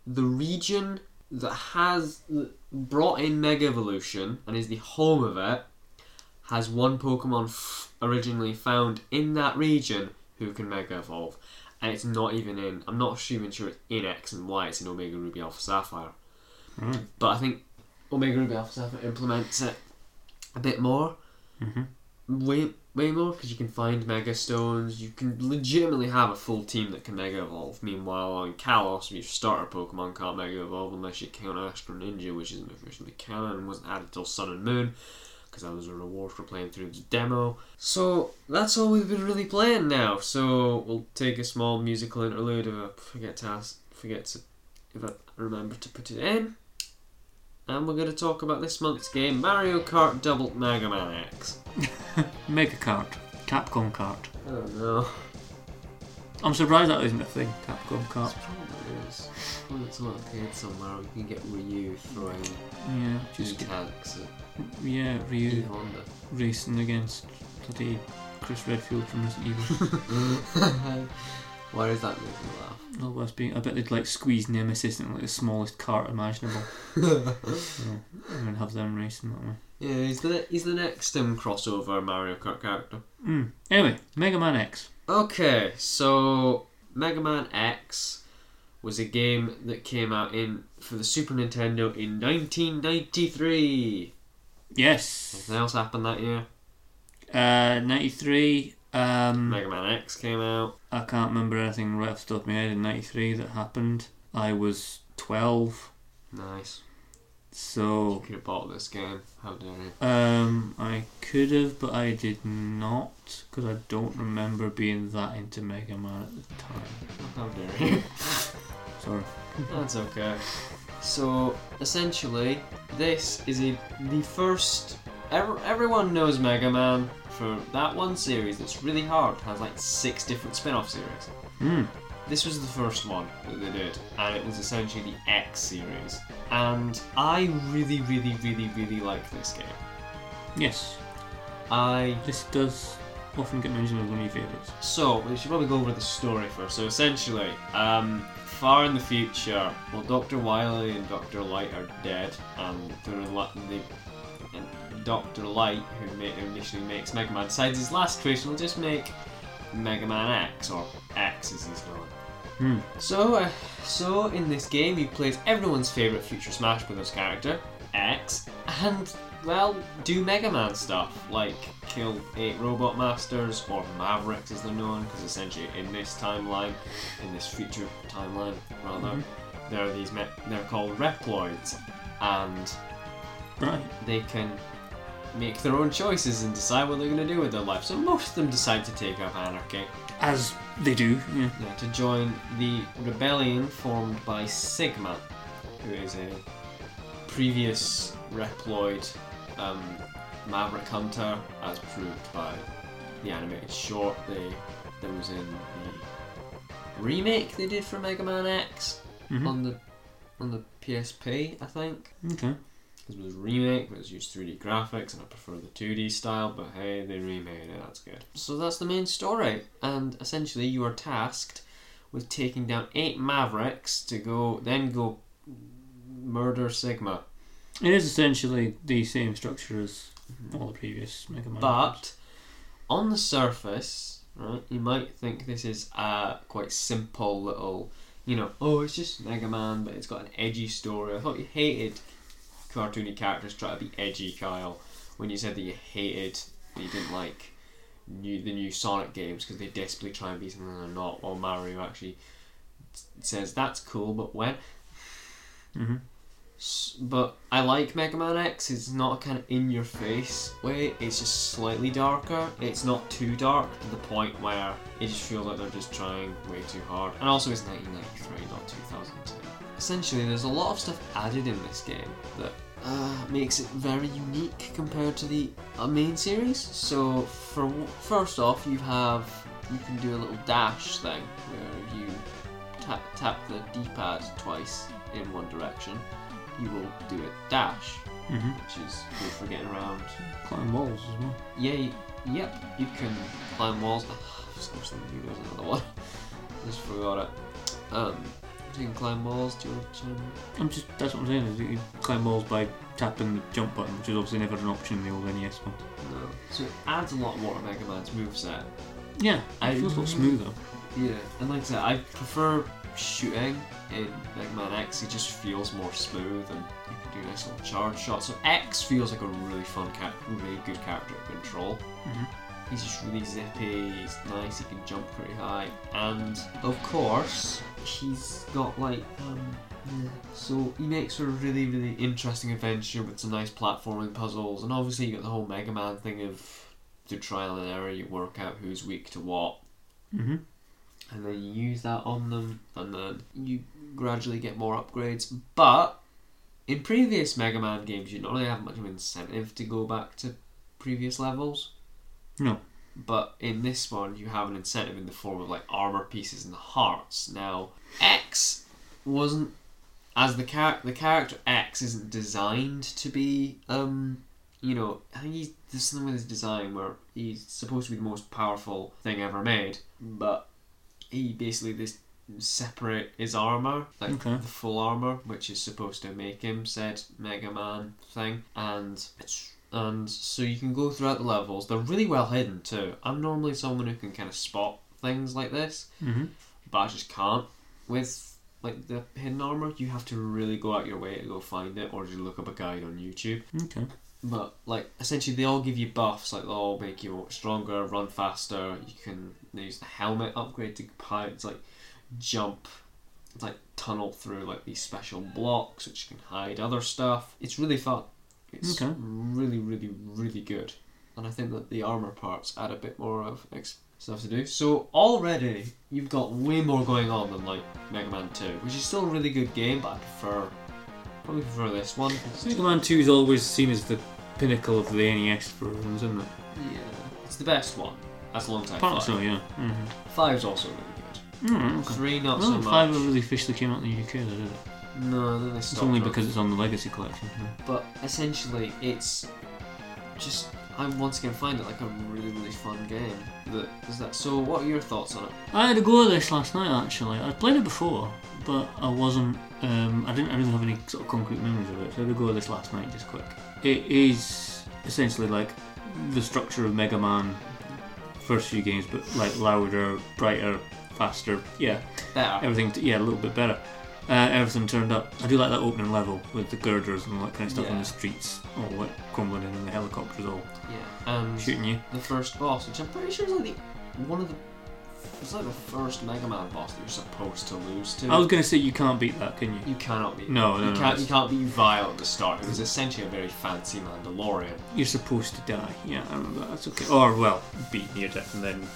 B: The region that has that brought in Mega Evolution and is the home of it has one Pokemon f- originally found in that region who can Mega Evolve. And it's not even in, I'm not even sure it's in X and Y, it's in Omega Ruby Alpha Sapphire.
A: Mm.
B: But I think Omega Ruby Alpha Sapphire implements it a bit more.
A: Mhm.
B: Way, way more, because you can find Mega Stones. You can legitimately have a full team that can Mega Evolve. Meanwhile, on Kalos, your starter Pokemon can't Mega Evolve unless you count Astro Ninja, which isn't officially canon and wasn't added till Sun and Moon, because that was a reward for playing through the demo. So, that's all we've been really playing now. So, we'll take a small musical interlude if I forget to ask, forget to, if I remember to put it in. And we're going to talk about this month's game, Mario Kart Double Mega Man X.
A: Mega Kart. Capcom Kart.
B: Oh no.
A: I'm surprised that isn't a thing, Capcom
B: Oh.
A: Kart.
B: Problem is, when it's on arcade somewhere, you can get Ryu throwing
A: Yeah,
B: just
A: just,
B: tanks
A: yeah,
B: at E
A: Ryu
B: Honda.
A: racing against bloody Chris Redfield from Resident Evil.
B: *laughs* Why does that make me laugh?
A: Not worth being, I bet they'd like squeeze Nemesis in like the smallest cart imaginable. yeah, and then have them racing that way.
B: Yeah, he's the he's the next um, crossover Mario Kart character.
A: Mm. Anyway, Mega Man X.
B: Okay, so Mega Man X was a game that came out in for the Super Nintendo in 1993.
A: Yes.
B: Nothing else happened that year.
A: Uh, 93, Um,
B: Mega Man X came out.
A: I can't remember anything right off the top of my head in '93 that happened. I was 12,
B: Nice. You
A: so
B: could have bought this game. How dare you?
A: um, I could have, but I did not because I don't remember being that into Mega Man at the time.
B: How dare you?
A: Sorry.
B: That's okay. So essentially, this is a, the first. ev everyone knows Mega Man for that one series that's really hard. Has like six different spin-off series.
A: Mm.
B: This was the first one that they did, and it was essentially the X series. And I really, really, really, really like this game.
A: Yes,
B: I
A: this does often get mentioned as one of your favourites.
B: So, we should probably go over the story first. So, essentially, um, far in the future, well, Dr. Wily and Dr. Light are dead, and they're in la- they, and Dr. Light, who ma- initially makes Mega Man, decides his last creation will just make Mega Man X, or X as he's known.
A: Hmm.
B: So, uh, so in this game, you play as everyone's favorite future Smash Bros. character, X, and well, do Mega Man stuff like kill eight Robot Masters or Mavericks as they're known, because essentially in this timeline, in this future timeline rather, there are these me- they're called Reploids, and
A: Right.
B: they can make their own choices and decide what they're going to do with their life. So most of them decide to take up anarchy.
A: As they do. Yeah.
B: Yeah, to join the rebellion formed by Sigma, who is a previous Reploid um, Maverick Hunter, as proved by the animated short they that was in the remake they did for Mega Man X
A: Mhm.
B: on the on the PSP, I think.
A: Okay.
B: Because it was a remake, but it used 3D graphics, and I prefer the 2D style, but hey, they remade it, that's good. So that's the main story, and essentially you are tasked with taking down eight Mavericks to go, then go murder Sigma.
A: It is essentially the same structure as all the previous Mega Man. games.
B: But on the surface, right, you might think this is a quite simple little, you know, oh, it's just Mega Man, but it's got an edgy story. I thought you hated cartoony characters trying to be edgy, Kyle, when you said that you hated, that you didn't like new the new Sonic games because they desperately try and be something they're not. While Mario actually s- says that's cool, but when
A: Mhm.
B: S- but I like Mega Man X. It's not kind of in your face way. It's just slightly darker. It's not too dark to the point where it just feels like they're just trying way too hard. And also, it's 1993, not 2002. Essentially, there's a lot of stuff added in this game that uh, makes it very unique compared to the uh, main series. So, for first off, you have you can do a little dash thing where you tap tap the D-pad twice in one direction. You will do a dash,
A: Mhm.
B: which is good for getting around.
A: climb walls as well.
B: Yeah, you, yep, you can climb walls. Of course, there was another one. *laughs* Just forgot it. Um, you can climb walls, do a jump.
A: I'm just that's what I'm saying. Is you can climb walls by tapping the jump button, which is obviously never an option in the old NES one.
B: No. So it adds a lot more to Mega Man's moveset.
A: Yeah,
B: I-
A: it feels a lot smoother.
B: Yeah, and like I said, I prefer shooting in Mega Man X. It just feels more smooth, and you can do nice little charge shots. So X feels like a really fun, ca- really good character to control.
A: Mhm.
B: He's just really zippy. He's nice. He can jump pretty high, and of course, he's got like um. yeah. So he makes for a really, really interesting adventure with some nice platforming puzzles, and obviously you got the whole Mega Man thing of through trial and error you work out who's weak to what,
A: Mhm.
B: and then you use that on them, and then you gradually get more upgrades. But in previous Mega Man games, you don't really have much of an incentive to go back to previous levels.
A: No.
B: But in this one, you have an incentive in the form of like armor pieces and hearts. Now, X wasn't as the char- the character X isn't designed to be um you know, I think he's there's something with his design where he's supposed to be the most powerful thing ever made, but he basically this separate his armor, like
A: Okay.
B: the full armor, which is supposed to make him said Mega Man thing, and it's and so you can go throughout the levels. They're really well hidden too. I'm normally someone who can kind of spot things like this,
A: Mhm.
B: but I just can't with like the hidden armor. You have to really go out your way to go find it, or just look up a guide on YouTube
A: Okay.
B: But like essentially, they all give you buffs. Like they'll make you stronger, run faster. You can use the helmet upgrade to power. It's like jump, it's like tunnel through like these special blocks, which you can hide other stuff. It's really fun. It's
A: Okay.
B: really, really, really good. And I think that the armor parts add a bit more of ex- stuff to do. So already you've got way more going on than like Mega Man Two, which is still a really good game, but I prefer probably prefer this one. 'cause
A: Mega Man 2 is always seen as the pinnacle of the NES for everyone, isn't it?
B: Yeah, it's the best one. That's a long time.
A: Apparently
B: Five.
A: so, yeah. Mm-hmm.
B: Five's also really good.
A: Mm, okay.
B: Three, not
A: I
B: so
A: don't
B: much.
A: think five ever really officially came out in the UK, though, did it?
B: No, then they
A: It's
B: stopped.
A: only
B: it.
A: because it's on the Legacy Collection.
B: But essentially, it's just I once again find it like a really really fun game. That is that. So, what are your thoughts on it?
A: I had a go at this last night actually. I'd played it before, but I wasn't. Um, I didn't. I didn't have any sort of concrete memories of it. So I had a go at this last night, just quick. It is essentially like the structure of Mega Man first few games, but like louder, brighter, faster. Yeah,
B: Better.
A: everything. yeah, a little bit better. Uh, everything turned up. I do like that opening level with the girders and all that kind of stuff on
B: Yeah.
A: the streets, all like crumbling in and the helicopters all
B: Yeah. Um,
A: shooting you.
B: the first boss, which I'm pretty sure is like the one of the. It's like the first Mega Man boss that you're supposed to lose to.
A: I was gonna say you can't beat that, can you?
B: You cannot beat.
A: No,
B: you
A: no, no,
B: can't.
A: that's-
B: You can't beat Vile at the start. It was essentially a very fancy Mandalorian.
A: You're supposed to die. Yeah, I remember. that. That's okay. Or well, beat near death, and then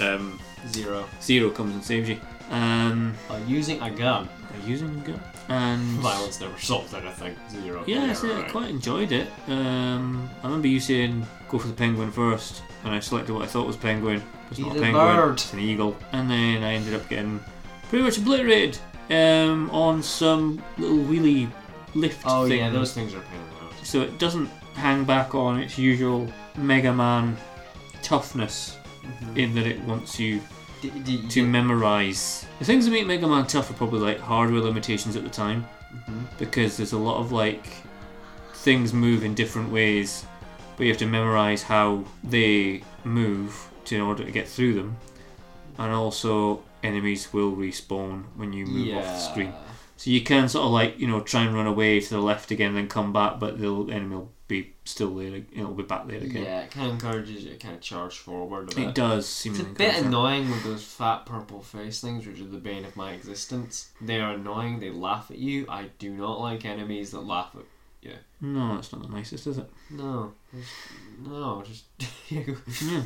A: um,
B: Zero.
A: Zero comes and saves you. Um,
B: By Uh, using a gun,
A: are you using a gun.
B: *laughs*
A: And
B: violence never solves anything. Zero.
A: yeah, I say I quite enjoyed it. Um, I remember you saying go for the penguin first, and I selected what I thought was penguin. but It's
B: He's
A: not
B: a
A: a penguin.
B: bird.
A: It's an eagle. And then I ended up getting pretty much obliterated um, on some little wheelie lift
B: Oh
A: thing.
B: yeah, those things are a pain in the ass.
A: so it doesn't hang back on its usual Mega Man toughness in that it wants you
B: D- d- you
A: to
B: get-
A: memorize. The things that make Mega Man tough are probably like hardware limitations at the time
B: Mhm.
A: because there's a lot of like things move in different ways, but you have to memorize how they move to, in order to get through them, and also enemies will respawn when
B: Mm-hmm.
A: you move off the screen. So you can sort of like you know try and run away to the left again, then come back, but the enemy will be still there. ag- It'll be back there again.
B: Yeah, it kind of encourages you to kind of charge forward. A
A: It
B: bit.
A: does
B: It's
A: seemingly.
B: a
A: come
B: bit
A: from-
B: annoying with those fat purple face things, which are the bane of my existence. They are annoying. They laugh at you. I do not like enemies that laugh at.
A: No, it's not the nicest, is it?
B: No, Just- no, *laughs* just
A: Yeah,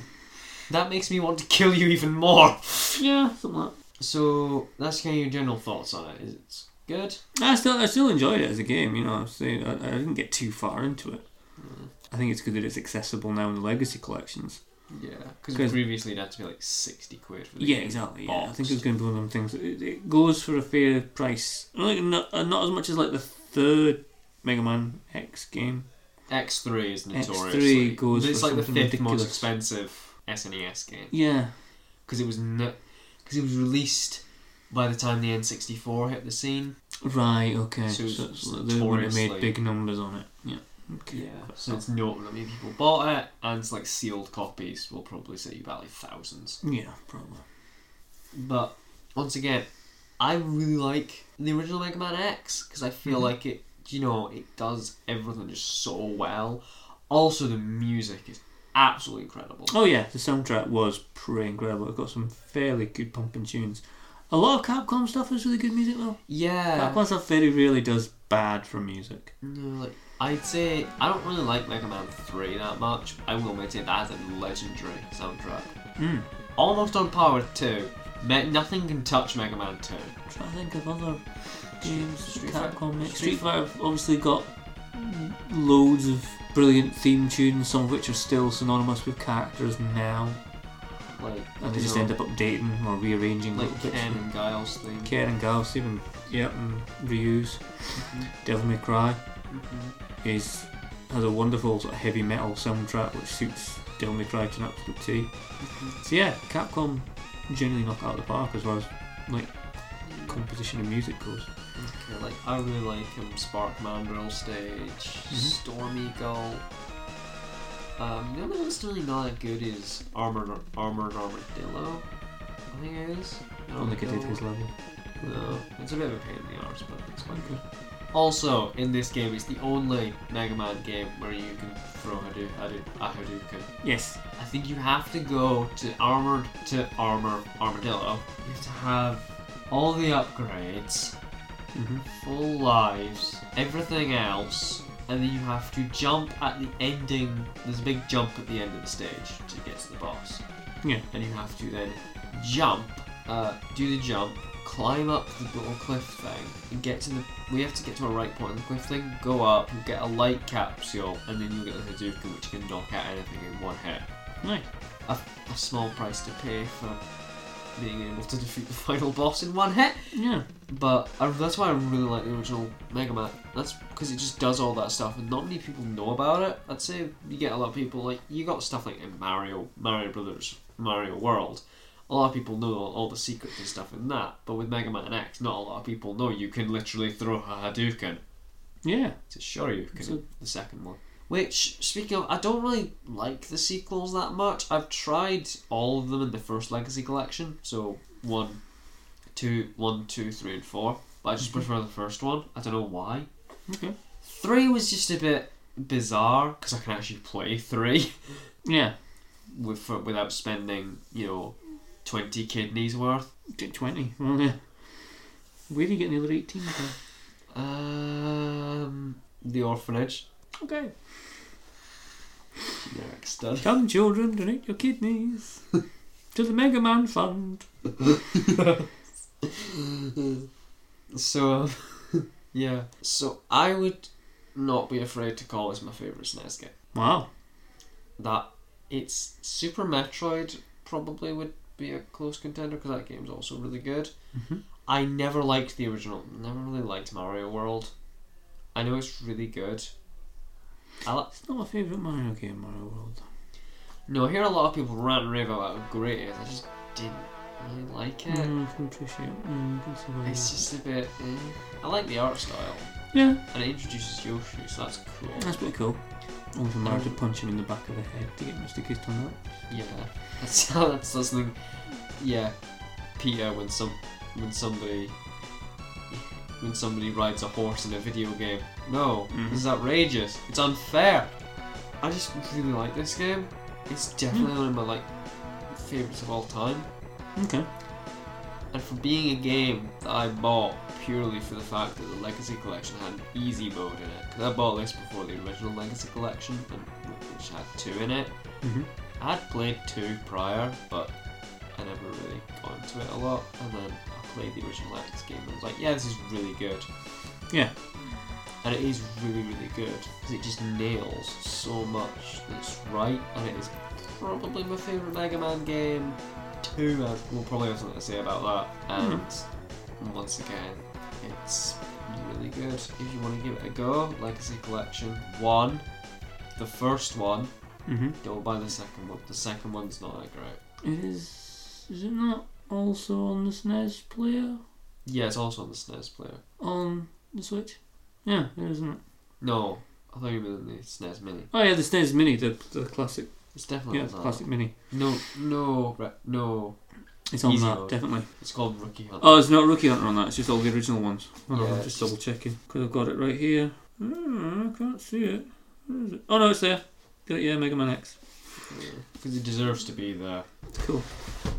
B: that makes me want to kill you even more. *laughs*
A: yeah, something like.
B: So that's kind of your general thoughts on it. Is it's good?
A: I still, I still enjoyed it as a game. You know, I'm saying I, I didn't get too far into it.
B: Mm.
A: I think it's good that it's accessible now in the legacy collections.
B: Yeah, because
A: 'Cause-
B: previously it had to be like sixty quid for the
A: Yeah,
B: game.
A: exactly. Yeah, I think
B: boxed.
A: it's going to be one of them things. It, it goes for a fair price. Like, not, uh, not as much as like the third Mega Man X game.
B: X three is
A: X3
B: notorious.
A: goes
B: It's
A: for
B: like the fifth
A: something ridiculous.
B: most expensive SNES game
A: Yeah,
B: because it was no, because it was released by the time the N sixty four hit the scene.
A: right. Okay.
B: So
A: So,
B: it's
A: it's they would have
B: notoriously-
A: made big numbers on it. Yeah. Okay.
B: Yeah, so it's not that many people bought it, and it's like sealed copies will probably say about like thousands.
A: Yeah, probably.
B: But once again, I really like the original Mega Man X because I feel
A: Mhm.
B: like it, you know, it does everything just so well. Also, the music is absolutely incredible.
A: Oh yeah, the soundtrack was pretty incredible. It got some fairly good pumping tunes. A lot of Capcom stuff is really good music though.
B: Yeah,
A: Capcom stuff very really does bad for music.
B: no, like I'd say I don't really like Mega Man Three that much. But I will maintain that as a legendary soundtrack,
A: Mm.
B: almost on par with Two. Me- nothing can touch Mega Man Two.
A: I'm trying to think of other games
B: Street Fighter.
A: Capcom makes.
B: Street
A: Street Fighter have obviously got loads of brilliant theme tunes, some of which are still synonymous with characters now,
B: Like
A: and they
B: you
A: just
B: know,
A: end up updating or rearranging
B: like um,
A: little bits.
B: Ken and Giles thing.
A: Ken and Gauss even yep and reuse.
B: Mm-hmm.
A: Devil May Cry.
B: Mhm.
A: is has a wonderful sort of heavy metal soundtrack which suits Devil May Cry to an absolute T. So yeah, Capcom generally knock it out of the park as well as like composition of music goes.
B: Yeah, like I really like him. Sparkman, Real Stage,
A: Mm-hmm.
B: Stormy Gull. Um, the only one that's really not that good is Armored Armored Armadillo. I think it is.
A: I don't think it did
B: Armadillo.
A: his level.
B: No, it's a bit of a pain in the arse, but it's quite good. Also, in this game, it's the only Mega Man game where you can throw Hadou- Hadou- a Hadouken.
A: Yes.
B: I think you have to go to armored to armor armadillo. You have to have all the upgrades,
A: hmm
B: full lives, everything else, and then you have to jump at the ending. There's a big jump at the end of the stage to get to the boss.
A: Yeah.
B: And you have to then jump, uh, do the jump, climb up the little cliff thing, and get to the. We have to get to a right point on the cliff thing. Go up, you get a light capsule, and then you get the Hadouken, which can knock out anything in one hit
A: Nice.
B: a, a small price to pay for being able to defeat the *laughs* final boss in one hit.
A: Yeah.
B: But I, that's why I really like the original Mega Man. That's because it just does all that stuff, and not many people know about it. I'd say you get a lot of people like you got stuff like in Mario, Mario Brothers, Mario World. A lot of people know all the secrets and stuff in that, but with Mega Man X, not a lot of people know you can literally throw a Hadouken.
A: Yeah.
B: It's a Shoryuken,
A: So-
B: the second one. Which, speaking of, I don't really like the sequels that much. I've tried all of them in the first Legacy Collection, so one, two, one, two, three, and four. But I just prefer the first one. I don't know why.
A: Okay.
B: Three was just a bit bizarre because I can actually play three *laughs*
A: Yeah.
B: with for, without spending, you know, twenty kidneys worth.
A: T- Twenty. Well, yeah. Where do you get the other eighteen from?
B: Um, the orphanage, *laughs*
A: Okay.
B: generic stud.
A: Come, children, donate your kidneys to the Mega Man Fund.
B: So, *laughs* yeah. So I would not be afraid to call this my favorite SNES game.
A: Wow.
B: That it's Super Metroid probably would be a close contender because that game's also really good.
A: Mhm.
B: I never liked the original. Never really liked Mario World. I know it's really good. I li-
A: It's not my favourite Mario game, Mario World.
B: no, I hear a lot of people rant and rave about how great it is. I just didn't really like it.
A: Mm, I can appreciate it. Mm, I can see why you-
B: It's just a bit. eh. I like the art style
A: Yeah,
B: and it introduces Yoshi, so that's cool.
A: that's pretty cool. Always Mario to punch him in the back of the head to get Mr. Kissed on that.
B: Yeah, *laughs* that's that's something. Yeah, Peter, when some when somebody when somebody rides a horse in a video game, no,
A: Mhm.
B: this is outrageous. It's unfair. I just really like this game. It's definitely one of my like favorites of all time.
A: Okay.
B: And for being a game that I bought purely for the fact that the Legacy Collection had an easy mode in it, 'cause I bought this before the original Legacy Collection, and which had two in it.
A: Mm-hmm.
B: I'd played two prior, but I never really got into it a lot. And then I played the original X game and was like, yeah, this is really good.
A: Yeah.
B: And it is really, really good because it just nails so much that's right, and it is probably my favourite Mega Man game. Two, man. We'll probably have something to say about that. And once again, it's really good. If you want to give it a go, Legacy Collection 1, the first one,
A: Mm-hmm.
B: don't buy the second one. The second one's not that great.
A: It is. Is it not also on the SNES player?
B: Yeah, it's also on the SNES player.
A: On the Switch? Yeah, it is, isn't it?
B: No, I thought you meant the SNES Mini.
A: Oh, yeah, the SNES Mini, the, the classic.
B: It's definitely
A: Yeah,
B: on
A: the
B: that.
A: classic Mini.
B: No, no, re- no.
A: It's on
B: Easy
A: that,
B: mode.
A: definitely.
B: It's called Rookie Hunt.
A: Oh, it's not Rookie Hunter on that, it's just all the original ones. Oh,
B: Yeah,
A: I'm
B: it's
A: just
B: just-
A: double checking. Because I've got it right here. Mm, I can't see it. Where is it? Oh, no, it's there. Got it, yeah, Mega Man X.
B: Because it deserves to be there.
A: Cool.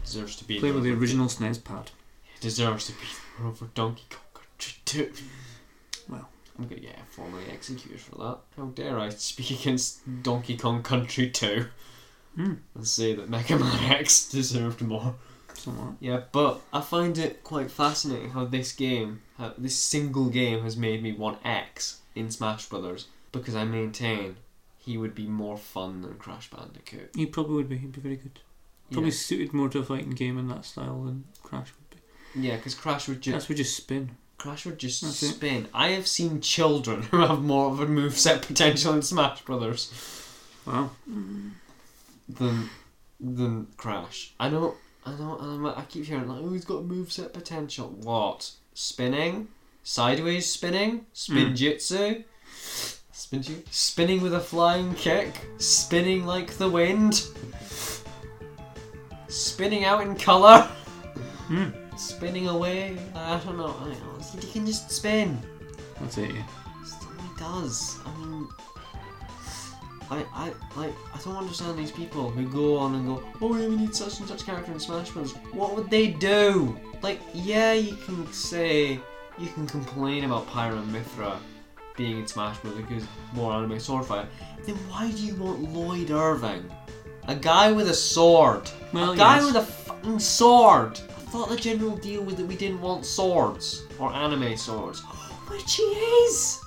B: Deserves to be
A: Play
B: there.
A: with the original SNES pad.
B: It deserves to be there over Donkey Kong Country 2.
A: Well.
B: I'm gonna get formally executed for that. How dare I speak against Donkey Kong Country 2
A: Hmm.
B: and say that Mega Man X *laughs* deserved more.
A: Somewhat.
B: Yeah, but I find it quite fascinating how this game, how this single game, has made me want X in Smash Brothers because I maintain he would be more fun than Crash Bandicoot.
A: He probably would be. He'd be very good. Probably
B: Yeah,
A: suited more to a fighting game in that style than Crash would be.
B: yeah, because Crash would just
A: Crash would just spin.
B: Crash would just
A: That's it.
B: spin. I have seen children *laughs* who have more of a moveset potential in Smash Brothers
A: Wow.
B: than than Crash. I know, I know, and I'm, I keep hearing like, oh, he's got moveset potential. What? Spinning, sideways spinning, spin
A: Mm.
B: jutsu, spin ju- spinning with a flying kick, spinning like the wind, spinning out in color,
A: Mm.
B: spinning away. I don't know. I don't know. He can just spin.
A: I'll take you.
B: Still he does. I mean, I, I, like, I don't understand these people who go on and go, oh yeah, we need such and such character in Smash Bros. What would they do? Like, yeah, you can say, you can complain about Pyro and Mithra being in Smash Bros. because more anime sword fight. Then why do you want Lloyd Irving, a guy with a sword,
A: Well,
B: a guy
A: yes.
B: with a fucking sword? I thought the general deal was that we didn't want swords or anime swords, *gasps* which he is.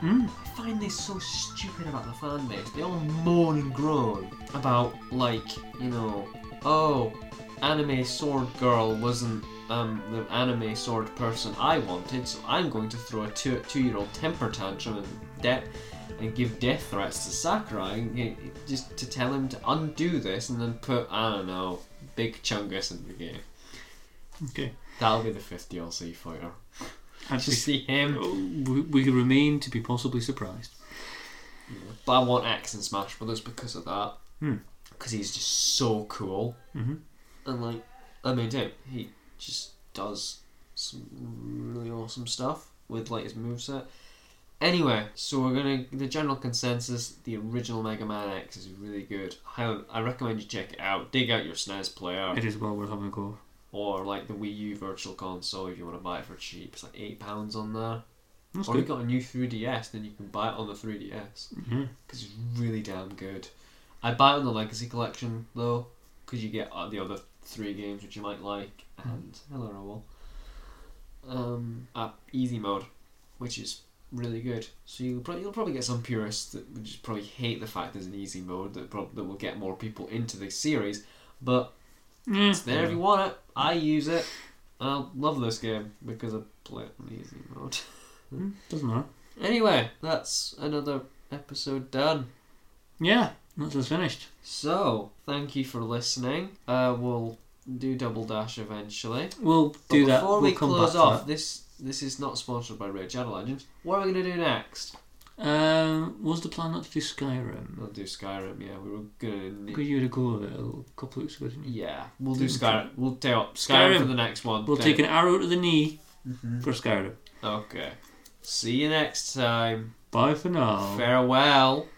A: Hmm.
B: I find this so stupid about the fan base. They all moan and groan about like, you know, oh, anime sword girl wasn't um the anime sword person I wanted, so I'm going to throw a two two year old temper tantrum and de- and give death threats to Sakurai and get- just to tell him to undo this and then put I don't know big chungus in the game.
A: Okay.
B: That'll be the fifth DLC fighter.
A: I'd
B: Just
A: be,
B: see him.
A: we, we remain to be possibly surprised.
B: But I want X in Smash Brothers because of that.
A: Hmm.
B: Because he's just so cool.
A: Mhm.
B: And like, I mean, him. He just does some really awesome stuff with like his moveset. Anyway, so we're gonna the general consensus: the original Mega Man X is really good. I, I recommend you check it out. Dig out your SNES player
A: *laughs* It is well worth having a go.
B: or like the Wii U Virtual Console if you want to buy it for cheap. It's like eight pounds on there.
A: That's
B: or if
A: good.
B: you got a new 3DS, then you can buy it on the 3DS
A: Mhm.
B: because it's really damn good. I buy it on the Legacy Collection though, because you get uh, the other three games which you might like, and hello Roll. Um, uh, easy mode, which is really good. So you'll probably you'll probably get some purists that would just probably hate the fact there's an easy mode that prob- that will get more people into the series, but
A: Yeah.
B: it's there if you want it. I use it. And I love this game because I play it on easy mode.
A: Mm, Doesn't matter.
B: Anyway, that's another episode done.
A: Yeah, that's us finished.
B: So, thank you for listening. Uh, we'll do Double Dash eventually.
A: We'll
B: But
A: do that.
B: before
A: We'll
B: we
A: come
B: close
A: back
B: off,
A: to
B: this this is not sponsored by Rage Shadow Legends. What are we going to do next?
A: that. Um, was the plan not to do Skyrim?
B: We'll do Skyrim, yeah. We were going to...
A: Because you had a go at it a couple of weeks ago, didn't you?
B: Yeah, we'll do
A: Didn't
B: Skyrim. We'll take up Skyrim,
A: Skyrim.
B: for the next one. Mm-hmm.
A: We'll
B: then.
A: take an arrow to the knee for Skyrim.
B: Okay. See you next time.
A: Bye for now.
B: Farewell.